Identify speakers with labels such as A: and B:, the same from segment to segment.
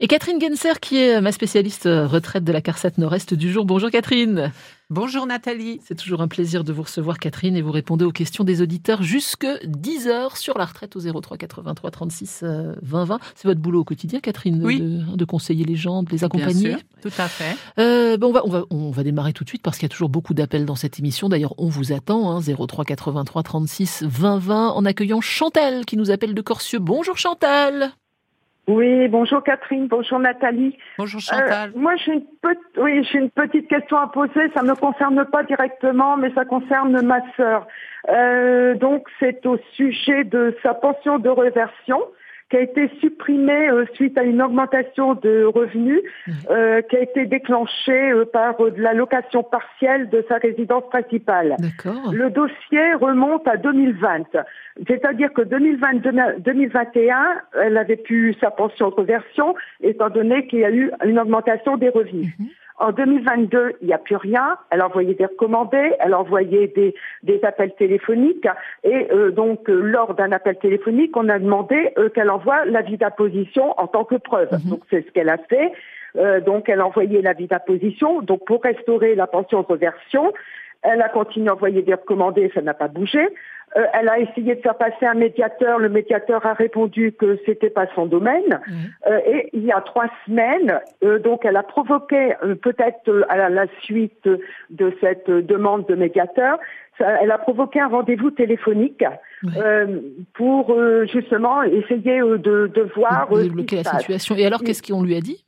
A: Et Catherine Genser, qui est ma spécialiste euh, retraite de la CARSAT Nord-Est du jour. Bonjour Catherine.
B: Bonjour Nathalie.
A: C'est toujours un plaisir de vous recevoir Catherine et vous répondez aux questions des auditeurs jusque 10 heures sur la retraite au 03 83 36 20 20. euh, C'est votre boulot au quotidien Catherine
B: Oui.
A: de, de conseiller les gens, de les accompagner.
B: Bien sûr, tout à fait.
A: Euh, ben, on, va, on, va, on va démarrer tout de suite parce qu'il y a toujours beaucoup d'appels dans cette émission. D'ailleurs, on vous attend, hein, 03 83 36 20 20, en accueillant Chantal qui nous appelle de Corsieux. Bonjour Chantal
C: Oui, bonjour Catherine, bonjour Nathalie.
B: Bonjour Chantal.
C: Euh, moi, j'ai une, pe- oui, j'ai une petite question à poser. Ça ne me concerne pas directement, mais ça concerne ma sœur. Euh, donc, c'est au sujet de sa pension de reversion qui a été supprimée euh, suite à une augmentation de revenus euh, qui a été déclenchée euh, par euh, de la location partielle de sa résidence principale.
A: D'accord.
C: Le dossier remonte à 2020. C'est-à-dire que 2020, 2021, elle avait pu sa pension de conversion, étant donné qu'il y a eu une augmentation des revenus.
A: Mhm.
C: En 2022, il n'y a plus rien. Elle a envoyé des recommandés, elle a envoyé des, des appels téléphoniques. Et euh, donc, euh, lors d'un appel téléphonique, on a demandé euh, qu'elle envoie l'avis d'apposition en tant que preuve.
A: Mhm.
C: Donc, c'est ce qu'elle a fait. Euh, donc, elle a envoyé l'avis d'apposition. Donc, pour restaurer la pension de reversion, elle a continué à envoyer des recommandés, ça n'a pas bougé. Euh, elle a essayé de faire passer un médiateur. Le médiateur a répondu que c'était pas son domaine.
A: Mmh.
C: Euh, et il y a trois semaines, euh, donc elle a provoqué euh, peut-être euh, à la- la suite euh, de cette euh, demande de médiateur, ça- elle a provoqué un rendez-vous téléphonique
A: Ouais.
C: euh, pour euh, justement essayer euh, de, de voir
A: Vous
C: euh, ce qui
A: débloquer
C: se
A: la
C: passe.
A: situation. Et alors, qu'est-ce qu'on lui a dit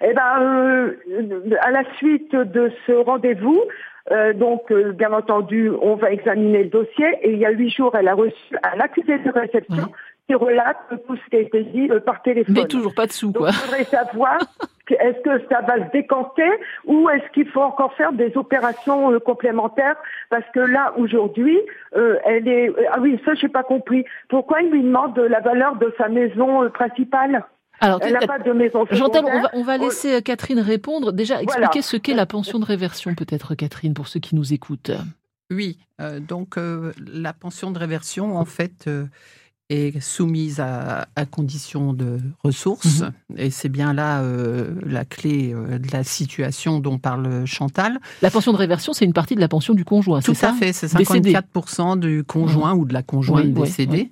C: Eh ben, euh, à la suite de ce rendez-vous, euh, donc euh, bien entendu, on va examiner le dossier. Et il y a huit jours, elle a reçu un accusé de réception
A: Ouais.
C: qui relate tout ce qui a été dit euh, par téléphone.
A: Mais toujours pas de sous,
C: Donc,
A: quoi.
C: je voudrais savoir, que- est-ce que ça va se décanter ou est-ce qu'il faut encore faire des opérations euh, complémentaires Parce que là, aujourd'hui, euh, elle est... euh, Ah oui, ça, je n'ai pas compris. Pourquoi il lui demande la valeur de sa maison euh, principale
A: Alors,
C: Elle n'a pas de maison
A: Chantal, on
C: secondaire.
A: va, on va laisser euh, Catherine répondre. Déjà, expliquer
C: Voilà.
A: ce qu'est la pension de réversion, peut-être, Catherine, pour ceux qui nous écoutent.
B: Oui, euh, donc euh, la pension de réversion, en fait, euh, est soumise à, à condition de ressources. Et c'est bien là euh, la clé euh, de la situation dont parle Chantal.
A: La pension de réversion, c'est une partie de la pension du conjoint,
B: Tout
A: hein, c'est ça
B: à fait, c'est
A: Décédé.
B: 54% du conjoint ou de la conjointe
A: Oui, oui,
B: décédée.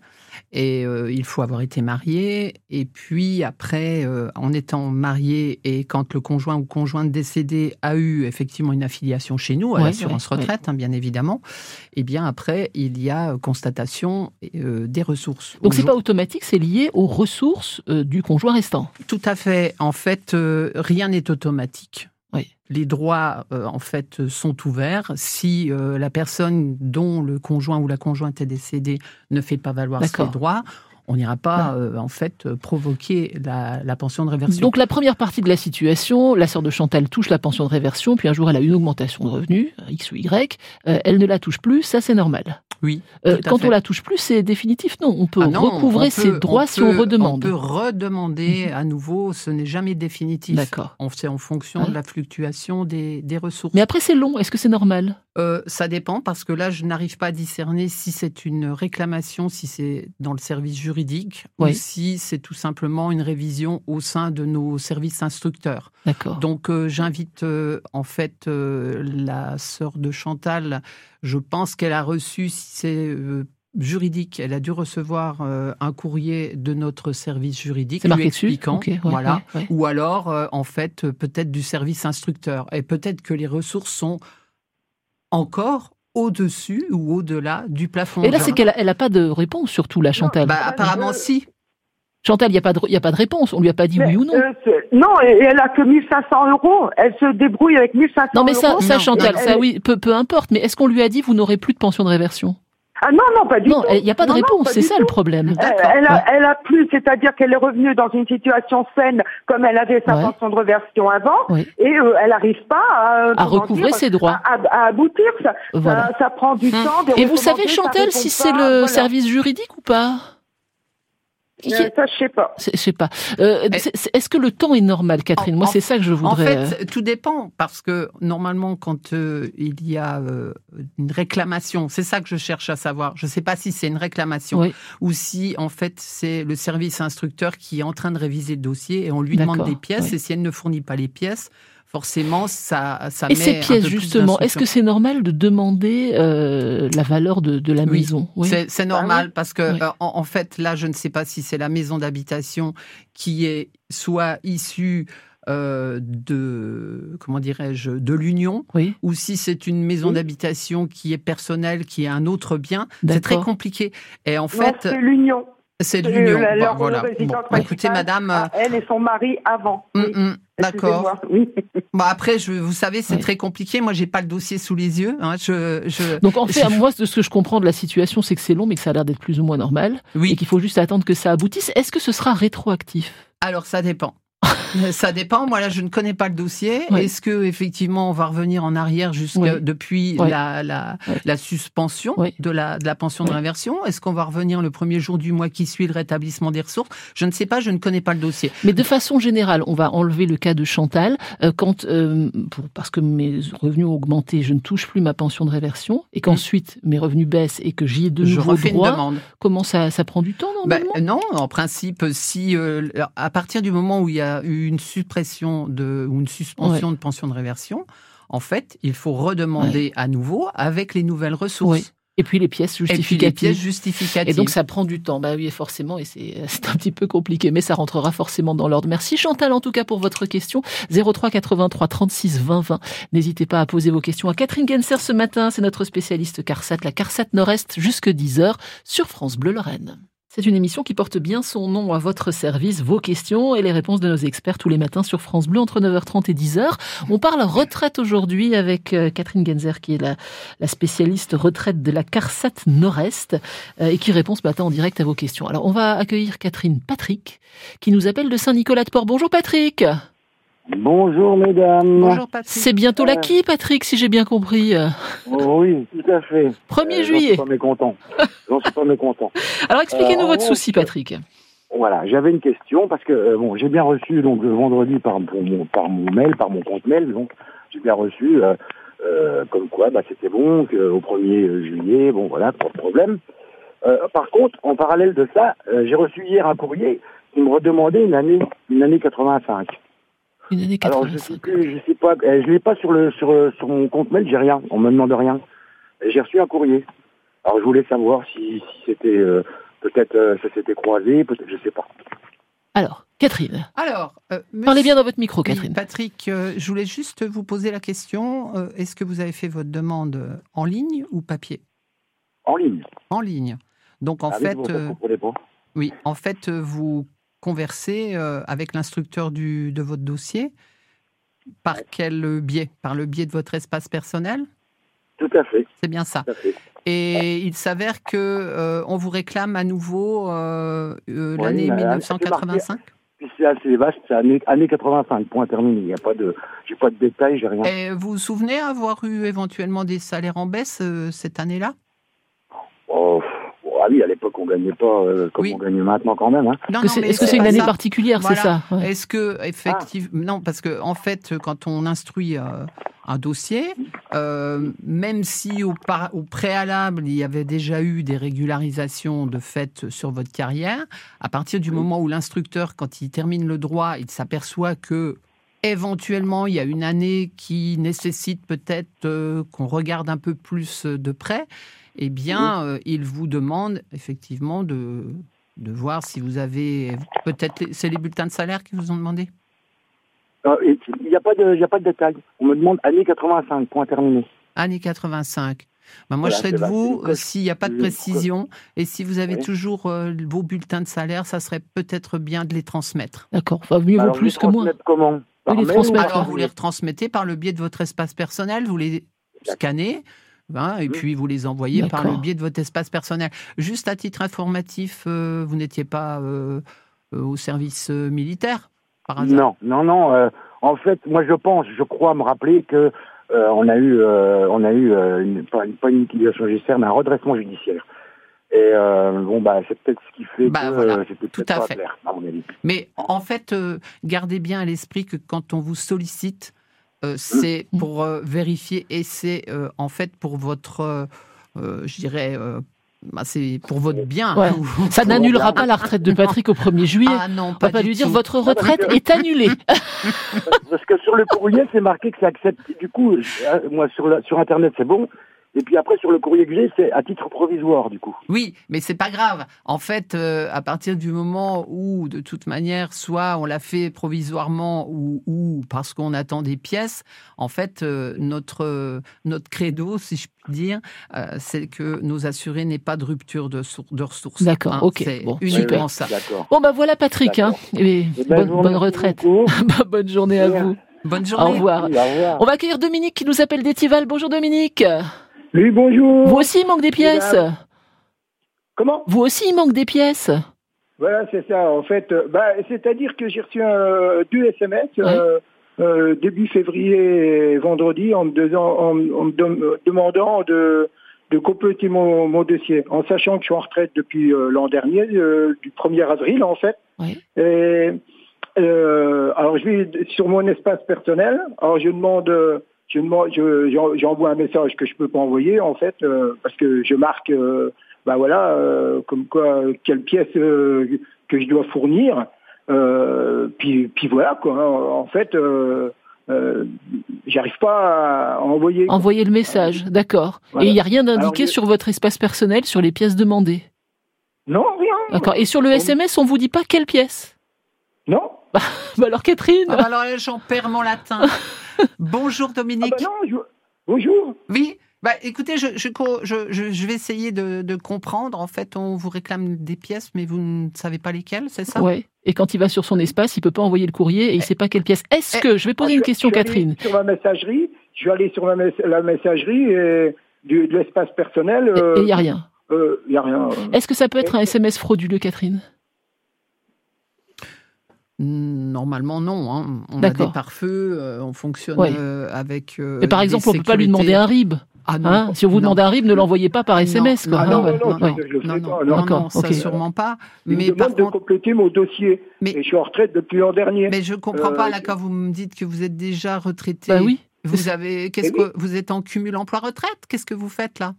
B: Et euh, il faut avoir été marié. Et puis après, euh, en étant marié et quand le conjoint ou conjointe décédé a eu effectivement une affiliation chez nous, à
A: Ouais,
B: l'assurance
A: ouais,
B: retraite, hein, bien évidemment, et bien après, il y a euh, constatation euh, des ressources.
A: Donc,
B: Au
A: c'est
B: jour-
A: pas automatique, c'est lié aux ressources euh, du conjoint restant.
B: tout à fait. En fait, euh, rien n'est automatique.
A: Oui.
B: Les droits, euh, en fait, euh, sont ouverts. Si euh, la personne dont le conjoint ou la conjointe est décédée ne fait pas valoir ses
A: D'accord. Bah.
B: droits, on n'ira pas, euh, en fait, euh, provoquer la, la pension de réversion.
A: Donc la première partie de la situation, la sœur de Chantal touche la pension de réversion, puis un jour elle a une augmentation de revenus, X ou Y, euh, elle ne la touche plus, ça c'est normal.
B: oui.
A: Euh,
B: tout à
A: quand
B: fait.
A: on la touche plus, c'est définitif, non On peut
B: Ah non,
A: recouvrer
B: on
A: ses
B: peut-
A: droits si on
B: peut-
A: redemande. Mhm.
B: On peut redemander à nouveau, ce n'est jamais définitif.
A: D'accord.
B: On- C'est en fonction
A: Ouais.
B: de la fluctuation des, des ressources.
A: Mais après c'est long, est-ce que c'est normal
B: Euh, ça dépend parce que là, je n'arrive pas à discerner si c'est une réclamation, si c'est dans le service juridique,
A: Oui.
B: ou si c'est tout simplement une révision au sein de nos services instructeurs.
A: D'accord.
B: Donc, euh, j'invite euh, en fait euh, la sœur de Chantal. Je pense qu'elle a reçu, si c'est euh, juridique, elle a dû recevoir euh, un courrier de notre service juridique
A: C'est marqué
B: lui
A: dessus
B: expliquant,
A: Ok, ouais,
B: hein. voilà,
A: ouais, ouais.
B: ou alors euh, en fait euh, peut-être du service instructeur et peut-être que les ressources sont encore au-dessus ou au-delà du plafond.
A: Et là,
B: Genre-
A: c'est qu'elle a- elle a pas de réponse, surtout, la Chantal.
B: Bah, apparemment
C: Je-
B: si.
A: Chantal, il n'y a, pas de- il y a pas de réponse. On lui a pas dit
C: Mais,
A: oui ou non.
C: euh, c'est- non, et, et elle a que 1500 euros. Elle se débrouille avec 1500
A: non, mais ça,
C: euros.
A: ça
B: non,
A: Chantal,
C: non,
A: ça,
C: elle-
A: oui, peu, peu importe. Mais est-ce qu'on lui a dit, vous n'aurez plus de pension de réversion
C: Ah non, non, pas du
A: Non,
C: tout.
A: il n'y a pas de
C: Non, non,
A: réponse.
C: pas
A: C'est
C: du
A: ça
C: tout.
A: le problème.
C: Elle,
B: D'accord.
C: elle
A: Ouais.
C: a, elle a plus, c'est-à-dire qu'elle est revenue dans une situation saine comme elle avait sa
A: Ouais.
C: pension de reversion avant,
A: Oui.
C: et euh, elle n'arrive pas Ah, bah, à, euh,
A: À
C: comment
A: recouvrer
C: dire,
A: ses droits.
C: à, à- à aboutir. Ça,
A: Voilà. Hum.
C: ça, ça prend du
B: Hmm.
C: temps. des
A: Et vous savez,
C: recommandés, ça
A: Chantal,
C: répond
A: si
C: pas,
A: c'est le
C: voilà.
A: service juridique ou pas Qui-
C: Euh, ça, je sais pas.
A: C'est- Je sais pas. Euh,
B: Eh.
A: c'est- c'est- Est-ce que le temps est normal, Catherine
B: En-
A: Moi,
B: en-
A: c'est ça que je
B: En
A: voudrais. euh,
B: fait, tout dépend, parce que normalement, quand euh, il y a euh, une réclamation, c'est ça que je cherche à savoir. Je ne sais pas si c'est une réclamation
A: Oui.
B: ou si, en fait, c'est le service instructeur qui est en train de réviser le dossier et on lui demande
A: D'accord,
B: des pièces.
A: oui.
B: Et si elle ne fournit pas les pièces, forcément, ça, ça
A: Et
B: met
A: ces
B: un
A: pièces,
B: peu plus
A: justement, est-ce que
B: d'instructions.
A: c'est normal de demander euh, la valeur de, de la
B: Oui,
A: maison Oui.
B: c'est c'est normal parce que
A: Oui.
B: euh, en, en fait là je ne sais pas si c'est la maison d'habitation qui est soit issue euh, de comment dirais-je de l'union
A: Oui.
B: ou si c'est une maison
C: Oui.
B: d'habitation qui est personnelle, qui est un autre bien, c'est
A: D'accord.
B: très compliqué. Et en
C: Non,
B: fait,
C: c'est l'union.
B: c'est de
C: c'est
B: l'union.
C: la- leur
B: Bon, voilà.
C: résidence
B: Bon,
C: principale.
B: écoutez, madame, euh,
C: Ah, elle et son mari avant. Oui.
B: hum, hum, d'accord.
C: Excusez-moi. Oui.
B: Bon, après, je, vous savez, c'est
A: Oui.
B: très compliqué. Moi, j'ai pas le dossier sous les yeux. hein. Je, je,
A: Donc, en fait, à moi, de ce que je comprends de la situation, c'est que c'est long, mais que ça a l'air d'être plus ou moins normal, et
B: oui.
A: qu'il faut juste attendre que ça aboutisse. Est-ce que ce sera rétroactif
B: Alors, ça dépend. Ça dépend. Moi, là, je ne connais pas le dossier.
A: Oui.
B: Est-ce que effectivement, on va revenir en arrière jusqu'à
A: Oui.
B: depuis
A: Oui.
B: la, la,
A: Oui.
B: la suspension
A: Oui.
B: de la de la pension de
A: Oui.
B: réinversion Est-ce qu'on va revenir le premier jour du mois qui suit le rétablissement des ressources Je ne sais pas. Je ne connais pas le dossier.
A: Mais de façon générale, on va enlever le cas de Chantal. euh, quand, euh, pour- parce que mes revenus ont augmenté, je ne touche plus ma pension de réversion, et qu'ensuite mes revenus baissent et que j'y ai de
B: Mm. je
A: nouveau
B: refais une
A: droit.
B: demande.
A: Comment ça, ça prend du temps
B: Ben,
A: normalement
B: non, en principe, si euh, à partir du moment où il y a eu une suppression de ou une suspension de pension de réversion, en fait, il faut redemander à nouveau avec les nouvelles ressources
A: Oui, Et puis les pièces
B: et puis les pièces
A: justificatives.
B: justificatives.
A: Et donc ça prend du temps, bah oui, forcément, et c'est c'est un petit peu compliqué, mais ça rentrera forcément dans l'ordre. Merci Chantal en tout cas pour votre question. 03 83 36 20 20. N'hésitez pas à poser vos questions à Catherine Genser ce matin, c'est notre spécialiste CARSAT, la CARSAT Nord-Est, jusque 10h sur France Bleu Lorraine. C'est une émission qui porte bien son nom à votre service, vos questions et les réponses de nos experts tous les matins sur France Bleu entre 9h30 et 10h. On parle retraite aujourd'hui avec euh, Catherine Genzer qui est la, la spécialiste retraite de la CARSAT Nord-Est euh, et qui répond ce matin en direct à vos questions. Alors, on va accueillir Catherine Patrick, qui nous appelle de Saint-Nicolas-de-Port. Bonjour Patrick
D: Bonjour mesdames.
B: Bonjour Patrick.
A: C'est bientôt la qui, Patrick, si j'ai bien compris euh,
D: Oh oui, tout à fait.
A: 1er
D: Euh, J'en
A: juillet.
D: suis pas mécontent. J'en suis pas mécontent.
A: Alors, expliquez-nous
D: Euh, en
A: votre
D: gros,
A: souci,
D: c'est-
A: Patrick.
D: Voilà, j'avais une question parce que euh, bon, j'ai bien reçu donc le vendredi par pour mon par mon mail, par mon compte mail, donc j'ai bien reçu euh, euh, comme quoi bah c'était bon qu'au 1er euh, juillet, bon voilà, pas de problème. Euh, par contre, en parallèle de ça, euh, j'ai reçu hier un courrier qui me redemandait une année une année 85.
A: Une année
D: Alors je sais
A: 85.
D: plus, je sais pas, euh, je l'ai pas sur le sur le- sur mon compte mail, j'ai rien, on me demande rien. Et J'ai reçu un courrier. Alors je voulais savoir si, si c'était euh, peut-être euh, ça s'était croisé, peut-être je sais pas.
A: Alors, Catherine,
B: Alors, euh,
A: parlez bien
B: monsieur-
A: dans votre micro,
B: Oui,
A: Catherine.
B: Patrick, euh, je voulais juste vous poser la question. euh, Est-ce que vous avez fait votre demande euh, en ligne ou papier
D: En ligne.
B: En ligne. Donc en
D: Ah oui,
B: fait,
D: vous, vous
B: euh,
D: comprenez pas.
B: oui, en fait, euh, vous conversez euh, avec l'instructeur du- de votre dossier. Par quel biais Par le biais de votre espace personnel
D: Tout à fait,
B: C'est bien ça.
D: tout à fait.
B: Et il s'avère que euh, on vous réclame à nouveau euh, euh,
D: Oui,
B: l'année
D: mais, euh,
B: 1985.
D: Puis c'est assez vaste, c'est année, année 85, point terminé. Il y a pas de, j'ai pas de détails, j'ai
A: Hein.
B: Et
D: rien.
B: vous vous souvenez avoir eu éventuellement des salaires en baisse euh, cette année-là
D: Oh, pff, oh, ah oui, à l'époque on gagnait pas euh, comme
B: Oui.
D: on gagne maintenant quand même. Hein.
B: Non,
A: Que
B: non,
A: c'est-
B: mais
A: Est-ce que c'est une
B: pas
A: année
B: ça.
A: particulière, c'est
B: Voilà.
A: ça ouais.
B: Est-ce que effectivement non parce que en fait quand on instruit euh, un dossier, euh, même si au, par- au préalable il y avait déjà eu des régularisations de fait sur votre carrière, à partir du moment où l'instructeur quand il termine le droit, il s'aperçoit que éventuellement il y a une année qui nécessite peut-être euh, qu'on regarde un peu plus euh, de près, eh bien euh, il vous demande effectivement de de voir si vous avez peut-être les- c'est les bulletins de salaire qui vous ont demandé.
D: Euh, et puis, Il n'y a pas de, il y a pas de détails. On me demande année 85, point terminé.
B: Année 85. Ben, moi,
D: Voilà,
B: je serais
D: c'est
B: de
D: là, c'est
B: vous
D: le
B: euh,
D: code.
B: s'il n'y a pas de
D: Le code.
B: précision et si vous avez
D: Oui.
B: toujours euh, vos bulletins de salaire, ça serait peut-être bien de les transmettre.
A: D'accord, enfin, mieux vaut
D: Bah, Alors, je
A: plus
D: vais
A: que moins.
D: transmettre Comment Par
A: les
D: mail ou
A: transmettre,
D: par
B: Alors,
A: oui.
B: vous les retransmettez par le biais de votre espace personnel, vous les scannez. hein, et
D: Oui.
B: puis vous les envoyez par le
A: D'accord.
B: biais de votre espace personnel. Juste à titre informatif, euh, vous n'étiez pas euh, euh, au service euh, militaire par hasard
D: Non, non, non. euh, en fait, moi, je pense, je crois me rappeler que euh, on a eu, euh, on a eu euh, une, pas, une, pas une liquidation judiciaire, mais un redressement judiciaire. Et euh, bon, bah, c'est peut-être ce qui fait
B: Bah,
D: que
B: voilà.
D: euh, c'était
B: Tout
D: peut-être
B: à
D: pas
B: fait.
D: clair, à mon avis.
B: Mais en fait, euh, gardez bien à l'esprit que quand on vous sollicite, euh, c'est
A: Mm.
B: pour euh, vérifier et c'est euh, en fait pour votre, euh, euh, je dirais, euh, bah, c'est pour votre bien.
A: Ouais.
B: Ou-
A: Ça n'annulera pas la retraite de Patrick au 1er juillet.
B: Ah non,
A: On
B: pas,
A: va pas
B: du
A: lui dire
B: tout.
A: votre
D: Ah, bah,
A: retraite est annulée.
D: Parce que sur le courrier, c'est marqué que c'est accepté. Du coup, je- euh, moi, sur, la- sur Internet, c'est bon. Et puis après, sur le courrier que j'ai, c'est à titre provisoire, du coup.
B: Oui, mais c'est pas grave. En fait, euh, à partir du moment où, de toute manière, soit on l'a fait provisoirement ou, ou parce qu'on attend des pièces, en fait, euh, notre euh, notre credo, si je puis dire, euh, c'est que nos assurés n'aient pas de rupture de, sour- de ressources. Hein,
A: D'accord, ok,
B: C'est
A: bon,
B: uniquement
A: super.
B: ça.
D: D'accord.
A: Bon, bah voilà, Patrick. Hein. Et
D: Eh ben, je
A: bonne,
D: vous
A: bonne
D: remercie
A: retraite.
D: beaucoup.
A: Bah, bonne journée à vous.
B: Bonne
A: Au
B: journée.
A: revoir.
D: Oui, au revoir.
A: On va accueillir Dominique qui nous appelle d'Étival. Bonjour Dominique.
D: Oui, bonjour.
A: Vous aussi, il manque des pièces.
D: Comment
A: Vous aussi, il manque des pièces.
D: Voilà, c'est ça. En fait, euh, bah, c'est-à-dire que j'ai reçu euh, deux SMS euh, euh, début février et vendredi en me, disant- en- en me dem- euh, demandant de, de compléter mon, mon dossier, en sachant que je suis en retraite depuis euh, l'an dernier, euh, du 1er avril en fait.
A: Oui.
D: Et, euh, alors, je vais sur mon espace personnel. Alors, je demande, euh, je demande, je- j'en- j'envoie un message que je peux pas envoyer en fait, euh, parce que je marque. euh, bah voilà, euh, comme quoi, euh, quelle pièce euh, que je dois fournir. Euh, puis, puis voilà, quoi. hein. En fait, euh, euh, j'arrive pas à envoyer.
A: Envoyez le message, d'accord.
D: Voilà.
A: Et il n'y a rien d'indiqué
D: Alors, je-
A: sur votre espace personnel sur les pièces demandées.
D: Non, rien.
A: D'accord. Et sur le SMS, on vous dit pas quelle pièce.
D: Non. ah
A: Bah alors Catherine,
B: Ah bah alors là, j'en perds mon latin. Bonjour
D: Ah
B: Dominique.
D: bah non. je- Bonjour.
B: Oui. Bah, écoutez, je, je, co- je, je- je vais essayer de, de comprendre. En fait, on vous réclame des pièces, mais vous ne savez pas lesquelles, c'est ça
A: Ouais. Et quand il va sur son espace, il peut pas envoyer le courrier et il sait pas quelle pièce. Est-ce
B: Eh,
A: que je vais poser
D: Ah,
A: une
D: je-
A: question,
D: je vais
A: Catherine
D: aller Sur ma messagerie, je vais aller sur ma mes- la messagerie et du- de l'espace personnel.
A: Et
D: euh,
A: il y a rien.
D: euh, y a rien.
A: Est-ce que ça peut être un SMS frauduleux, Catherine
B: Normalement, non. hein. On a
A: D'accord.
B: des pare-feux, euh, on fonctionne
A: Ouais.
B: euh, avec. euh,
A: Mais par
B: des
A: exemple, on peut pas lui
B: sécurités.
A: demander un RIB.
B: Ah non.
A: Hein si on vous
B: Non.
A: demande un RIB, ne l'envoyez pas par SMS. quoi,
D: Ah
A: hein,
D: non,
A: voilà.
D: non, non,
A: Ouais.
D: je- je le fais
B: non, non,
D: pas,
B: non,
D: non.
B: non, ça
A: Ok.
B: sûrement pas.
D: Il
B: Mais
D: me demande
B: par
D: de
B: contre,
D: compléter mon dossier.
B: Mais-
D: Et je suis en retraite depuis l'an dernier.
B: mais je comprends pas
D: Euh,
B: là
D: je-
B: quand vous me dites que vous êtes déjà retraité.
A: Bah oui.
B: Vous avez, qu'est-ce
D: Eh
B: que
D: oui.
B: vous êtes en cumul emploi-retraite Qu'est-ce que vous faites là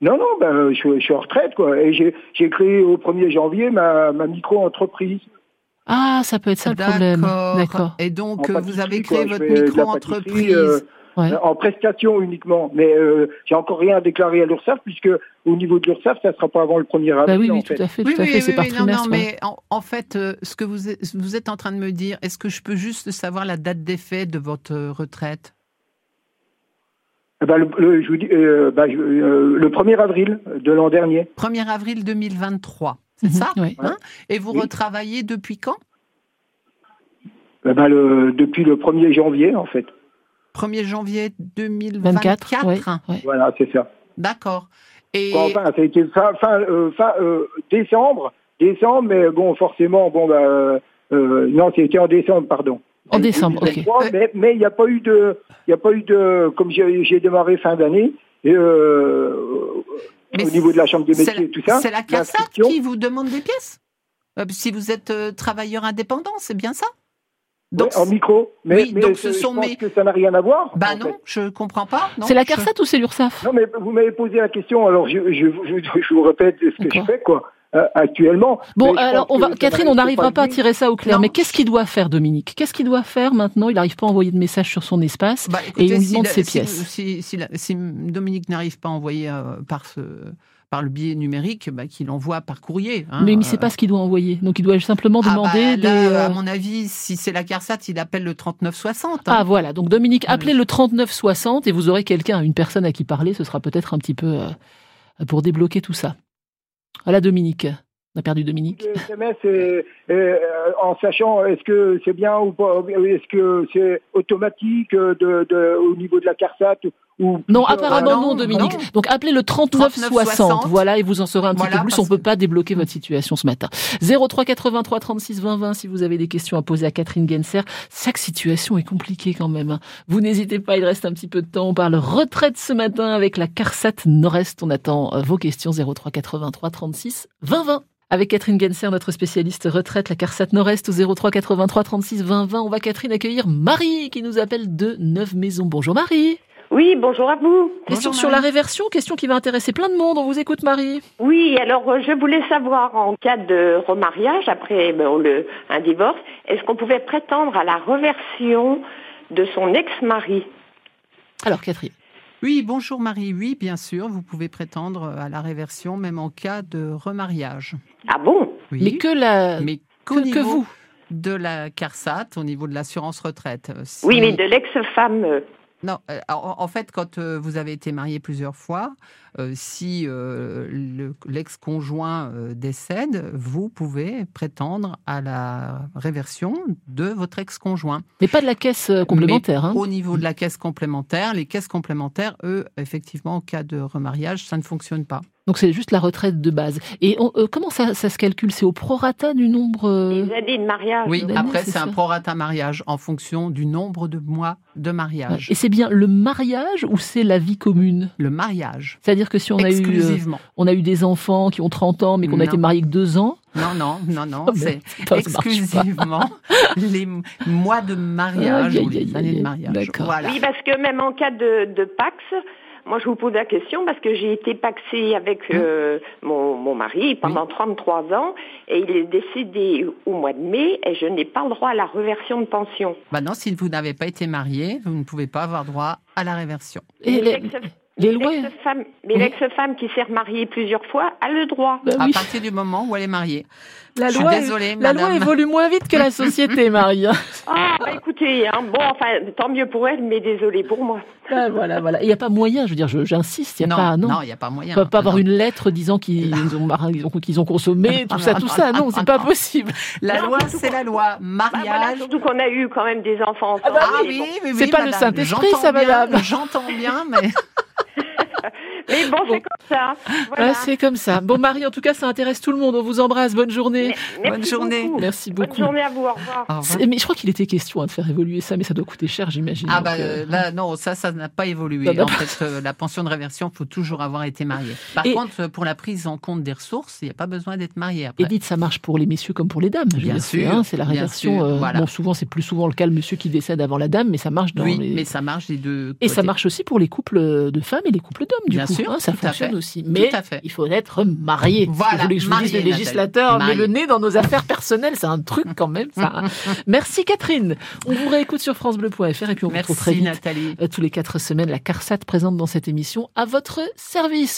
D: Non, non, ben, je, suis- je suis en retraite, quoi. Et j'ai j'ai créé au 1er janvier ma, ma micro-entreprise.
A: Ah, ça peut être ça le problème. D'accord.
B: Et donc,
D: En
B: euh, vous avez
D: pâtisserie,
B: créé
D: quoi. Je
B: votre
D: fais de la
B: micro-entreprise.
D: pâtisserie, euh,
A: Ouais.
D: En prestation uniquement. Mais euh, j'ai encore rien déclaré à l'URSSAF, puisque au niveau de l'URSSAF, ça sera pas avant le 1er avril.
A: Bah oui,
D: en
A: oui,
D: fait.
A: tout à fait,
B: Oui,
A: tout à
B: oui,
A: fait, c'est
B: oui,
A: par
B: oui, non,
A: trimestre.
B: non,
A: ouais.
B: mais en, en fait, euh, ce que vous, êtes- vous êtes en train de me dire, est-ce que je peux juste savoir la date d'effet de votre euh, retraite
D: Eh ben, le, le- je vous dis, euh, ben, je- euh, le 1er avril de l'an dernier.
B: 1er avril 2023, c'est
A: Mhm,
B: ça
A: ouais.
B: hein Et vous
D: Oui.
B: retravaillez depuis quand
D: Eh ben, le- depuis le 1er janvier, en fait.
B: 1er janvier 2024
A: 24, ouais,
B: hein.
A: ouais.
D: Voilà, c'est ça.
B: D'accord. Et
D: Enfin, ça a été ben, fin, fin, euh, fin, euh, décembre, décembre, mais bon, forcément, bon, bah, euh, euh, non, c'était en décembre, pardon.
A: En décembre, ok.
D: Ouais, Mais mais il n'y a pas eu de, il y a pas eu de, comme j'ai j'ai démarré fin d'année, et, euh,
B: Mais
D: au niveau de la chambre des
B: c'est
D: métiers, et tout ça.
B: la, c'est la CARSAT
D: l'inscription.
B: qui vous demande des pièces Euh, Si vous êtes euh, travailleur indépendant, c'est bien ça Donc,
D: ouais, en micro, mais,
B: Oui,
D: mais
B: donc ce
D: je
B: sont
D: pense
B: mes-
D: que ça n'a rien à voir.
B: bah
D: en
B: non,
D: fait.
B: je comprends pas. non,
A: C'est la
B: je-
A: CARSAT ou c'est l'URSSAF
D: Non, mais vous m'avez posé la question, alors je, je, je- je vous répète ce que je
A: D'accord.
D: fais, quoi, euh, actuellement.
A: Bon,
D: Mais je
A: alors,
D: pense
A: on
D: que
A: va,
D: ça
A: Catherine, on
D: n'a-
A: n'arrivera
D: c'est
A: pas à
D: lui.
A: tirer ça au clair.
B: Non.
A: Mais qu'est-ce qu'il doit faire, Dominique Qu'est-ce qu'il doit faire maintenant Il n'arrive pas à envoyer de message sur son espace.
B: Bah, écoutez,
A: il nous
B: si
A: demande
B: la-
A: ses
B: si-
A: pièces.
B: Si, si la- si Dominique n'arrive pas à envoyer euh, par, ce, par le biais numérique, bah, qu'il envoie par courrier. hein,
A: mais il ne
B: euh,
A: sait pas ce qu'il doit envoyer. Donc, il doit simplement
B: ah,
A: demander
B: bah, là,
A: des. euh,
B: À mon avis, si c'est la CARSAT, il appelle le 3960. hein.
A: Ah voilà, donc Dominique,
B: Ah,
A: appelez le 3960 et vous aurez quelqu'un, une personne à qui parler, ce sera peut-être un petit peu euh, pour débloquer tout ça. Voilà Dominique, on a perdu Dominique.
D: Le SMS est- est, euh, en sachant est-ce que c'est bien ou pas, est-ce que c'est automatique euh, de, de- au niveau de la CARSAT ou-
E: ou
A: Non,
E: plutôt-
A: apparemment
B: Ah
A: non,
B: non,
A: Dominique.
B: non.
A: Donc appelez le 3960,
B: 39,
A: voilà, et vous en saurez un petit
B: Voilà,
A: peu plus. On
B: parce
A: peut
B: que-
A: pas débloquer votre situation ce matin. 03 83 36 20 20 si vous avez des questions à poser à Catherine Genser. Chaque situation est compliquée quand même. hein. Vous n'hésitez pas, il reste un petit peu de temps. On parle retraite ce matin avec la CARSAT Nord-Est. On attend euh, vos questions 03 83 36 20 20. Avec Catherine Genser, notre spécialiste retraite, la CARSAT Nord-Est au 03 83 36 20 20. On va, Catherine, accueillir Marie qui nous appelle de Neuve Maisons. Bonjour Marie.
C: Oui, bonjour à vous.
A: Question
B: Bonjour,
A: sur la
B: Marie.
A: réversion, question qui va intéresser plein de monde. On vous écoute, Marie.
C: Oui, alors euh, je voulais savoir en cas de remariage, après bon, le- un divorce, est-ce qu'on pouvait prétendre à la reversion de son ex-mari
A: Alors, Catherine.
B: Oui, bonjour Marie. Oui, bien sûr, vous pouvez prétendre euh, à la réversion, même en cas de remariage.
C: Ah bon
B: Oui,
A: Mais que la.
B: mais
A: que,
B: qu'au
A: que
B: niveau
A: vous.
B: de la CARSAT, au niveau de l'assurance retraite. euh, si-
C: Oui, mais de l'ex-femme. euh,
B: Non, euh, en en fait, quand euh, vous avez été marié plusieurs fois, euh, si euh, le- l'ex-conjoint euh, décède, vous pouvez prétendre à la réversion de votre ex-conjoint.
A: Mais pas de la caisse euh, complémentaire. hein.
B: Au niveau de la caisse complémentaire, les caisses complémentaires, eux, effectivement, en cas de remariage, ça ne fonctionne pas.
A: Donc, c'est juste la retraite de base. Et on- euh, comment ça, ça se calcule C'est au prorata du nombre. euh,
C: Les années de mariage.
B: Oui,
A: ben non,
B: après,
A: c'est
B: c'est un
A: ça.
B: prorata mariage en fonction du nombre de mois de mariage.
A: Et c'est bien le mariage ou c'est la vie commune
B: Le mariage,
A: C'est-à-dire que si on a, eu, euh,
B: exclusivement.
A: on a eu des enfants qui ont 30 ans mais qu'on a
B: Non.
A: été mariés que deux ans,
B: Non, non, non, non,
A: Ah, mais
B: c'est
A: ça, ça marche pas.
B: exclusivement les m- mois de mariage
A: Aïe,
B: ou
A: aïe, aïe,
B: les années
A: aïe,
B: de mariage.
A: d'accord. bah-
B: Voilà.
C: Oui, parce que même en cas de, de Pax, moi je vous pose la question parce que j'ai été paxée avec euh, mon, mon mari pendant 33 ans et il est décédé au mois de mai et je n'ai pas le droit à la reversion de pension.
B: Maintenant, Bah si vous n'avez pas été marié, vous ne pouvez pas avoir droit à la réversion.
A: et
C: Mais
A: les, les lois.
C: l'ex-femme- mais
A: Oui.
C: l'ex-femme qui s'est remariée plusieurs fois a le droit.
A: Bah
B: À
A: oui.
B: partir du moment où elle est mariée.
A: La
B: Je suis
A: loi,
B: désolée,
A: la
B: madame.
A: loi évolue moins vite que la société, Marie. hein.
C: Ah, bah écoutez, hein, bon, enfin, tant mieux pour elle, mais désolé pour moi.
A: Ah, voilà, voilà. Il n'y a pas moyen, je veux dire, je- j'insiste, il n'y a
B: non,
A: pas.
B: non, il n'y a pas moyen.
A: Ils peuvent pas avoir
B: Non.
A: une lettre disant qu'ils ont, mar- ils ont- qu'ils ont consommé,
B: Ah,
A: tout ça, tout ça. Non, c'est pas possible.
B: La
C: Non,
B: loi,
C: surtout
B: c'est
C: qu'on-
B: la loi.
C: Bah, voilà,
B: Mariage.
C: surtout qu'on a eu quand même des enfants ensemble.
B: Ah
C: mais
B: oui,
C: bon.
B: oui,
A: C'est
B: oui,
A: pas le
B: madame.
A: Saint-Esprit,
B: J'entends
A: ça,
B: bien,
A: madame.
B: J'entends bien, mais
C: Mais bon, c'est comme ça. Voilà.
A: Ah, c'est comme ça. Bon, Marie, en tout cas, ça intéresse tout le monde. On vous embrasse. Bonne journée.
C: Mais- merci
B: Bonne journée.
C: beaucoup.
A: Merci
C: Bonne
A: beaucoup.
C: journée à vous. Au revoir.
B: Au revoir.
A: C'est- Mais je crois qu'il était question hein, de faire évoluer ça, mais ça doit coûter cher, j'imagine.
B: Ah
A: Donc,
B: bah
A: euh,
B: euh, là non ça ça n'a pas évolué
A: Ça n'a
B: en
A: pas-
B: fait euh, la pension de réversion faut toujours avoir été marié. Par
A: Et-
B: contre euh, pour la prise en compte des ressources il n'y a pas besoin d'être marié après.
A: Et dites, ça marche pour les messieurs comme pour les dames. Je veux
B: Bien
A: dire, c'est,
B: sûr,
A: hein, c'est la
B: bien
A: réversion.
B: sûr,
A: euh,
B: voilà.
A: Bon, souvent, c'est plus souvent le cas le monsieur qui décède avant la dame, mais ça marche dans
B: oui
A: les-
B: mais ça marche des deux.
A: Et ça
B: côtés.
A: marche aussi pour les couples de femmes et les couples d'hommes, du
B: Bien
A: coup.
B: sûr,
A: hein, ça
B: tout à
A: fonctionne
B: fait.
A: aussi. Mais
B: Tout à fait.
A: il faut être marié.
B: Voilà,
A: Vous voulez que je vous dise,
B: marié,
A: le
B: Nathalie.
A: législateur met
B: Marié.
A: le nez dans nos affaires personnelles. C'est un truc quand même, ça. hein. Merci Catherine. On vous réécoute sur FranceBleu.fr et puis on vous retrouve très
B: Merci
A: vite.
B: Nathalie.
A: euh, Tous les quatre semaines, la CARSAT présente dans cette émission à votre service.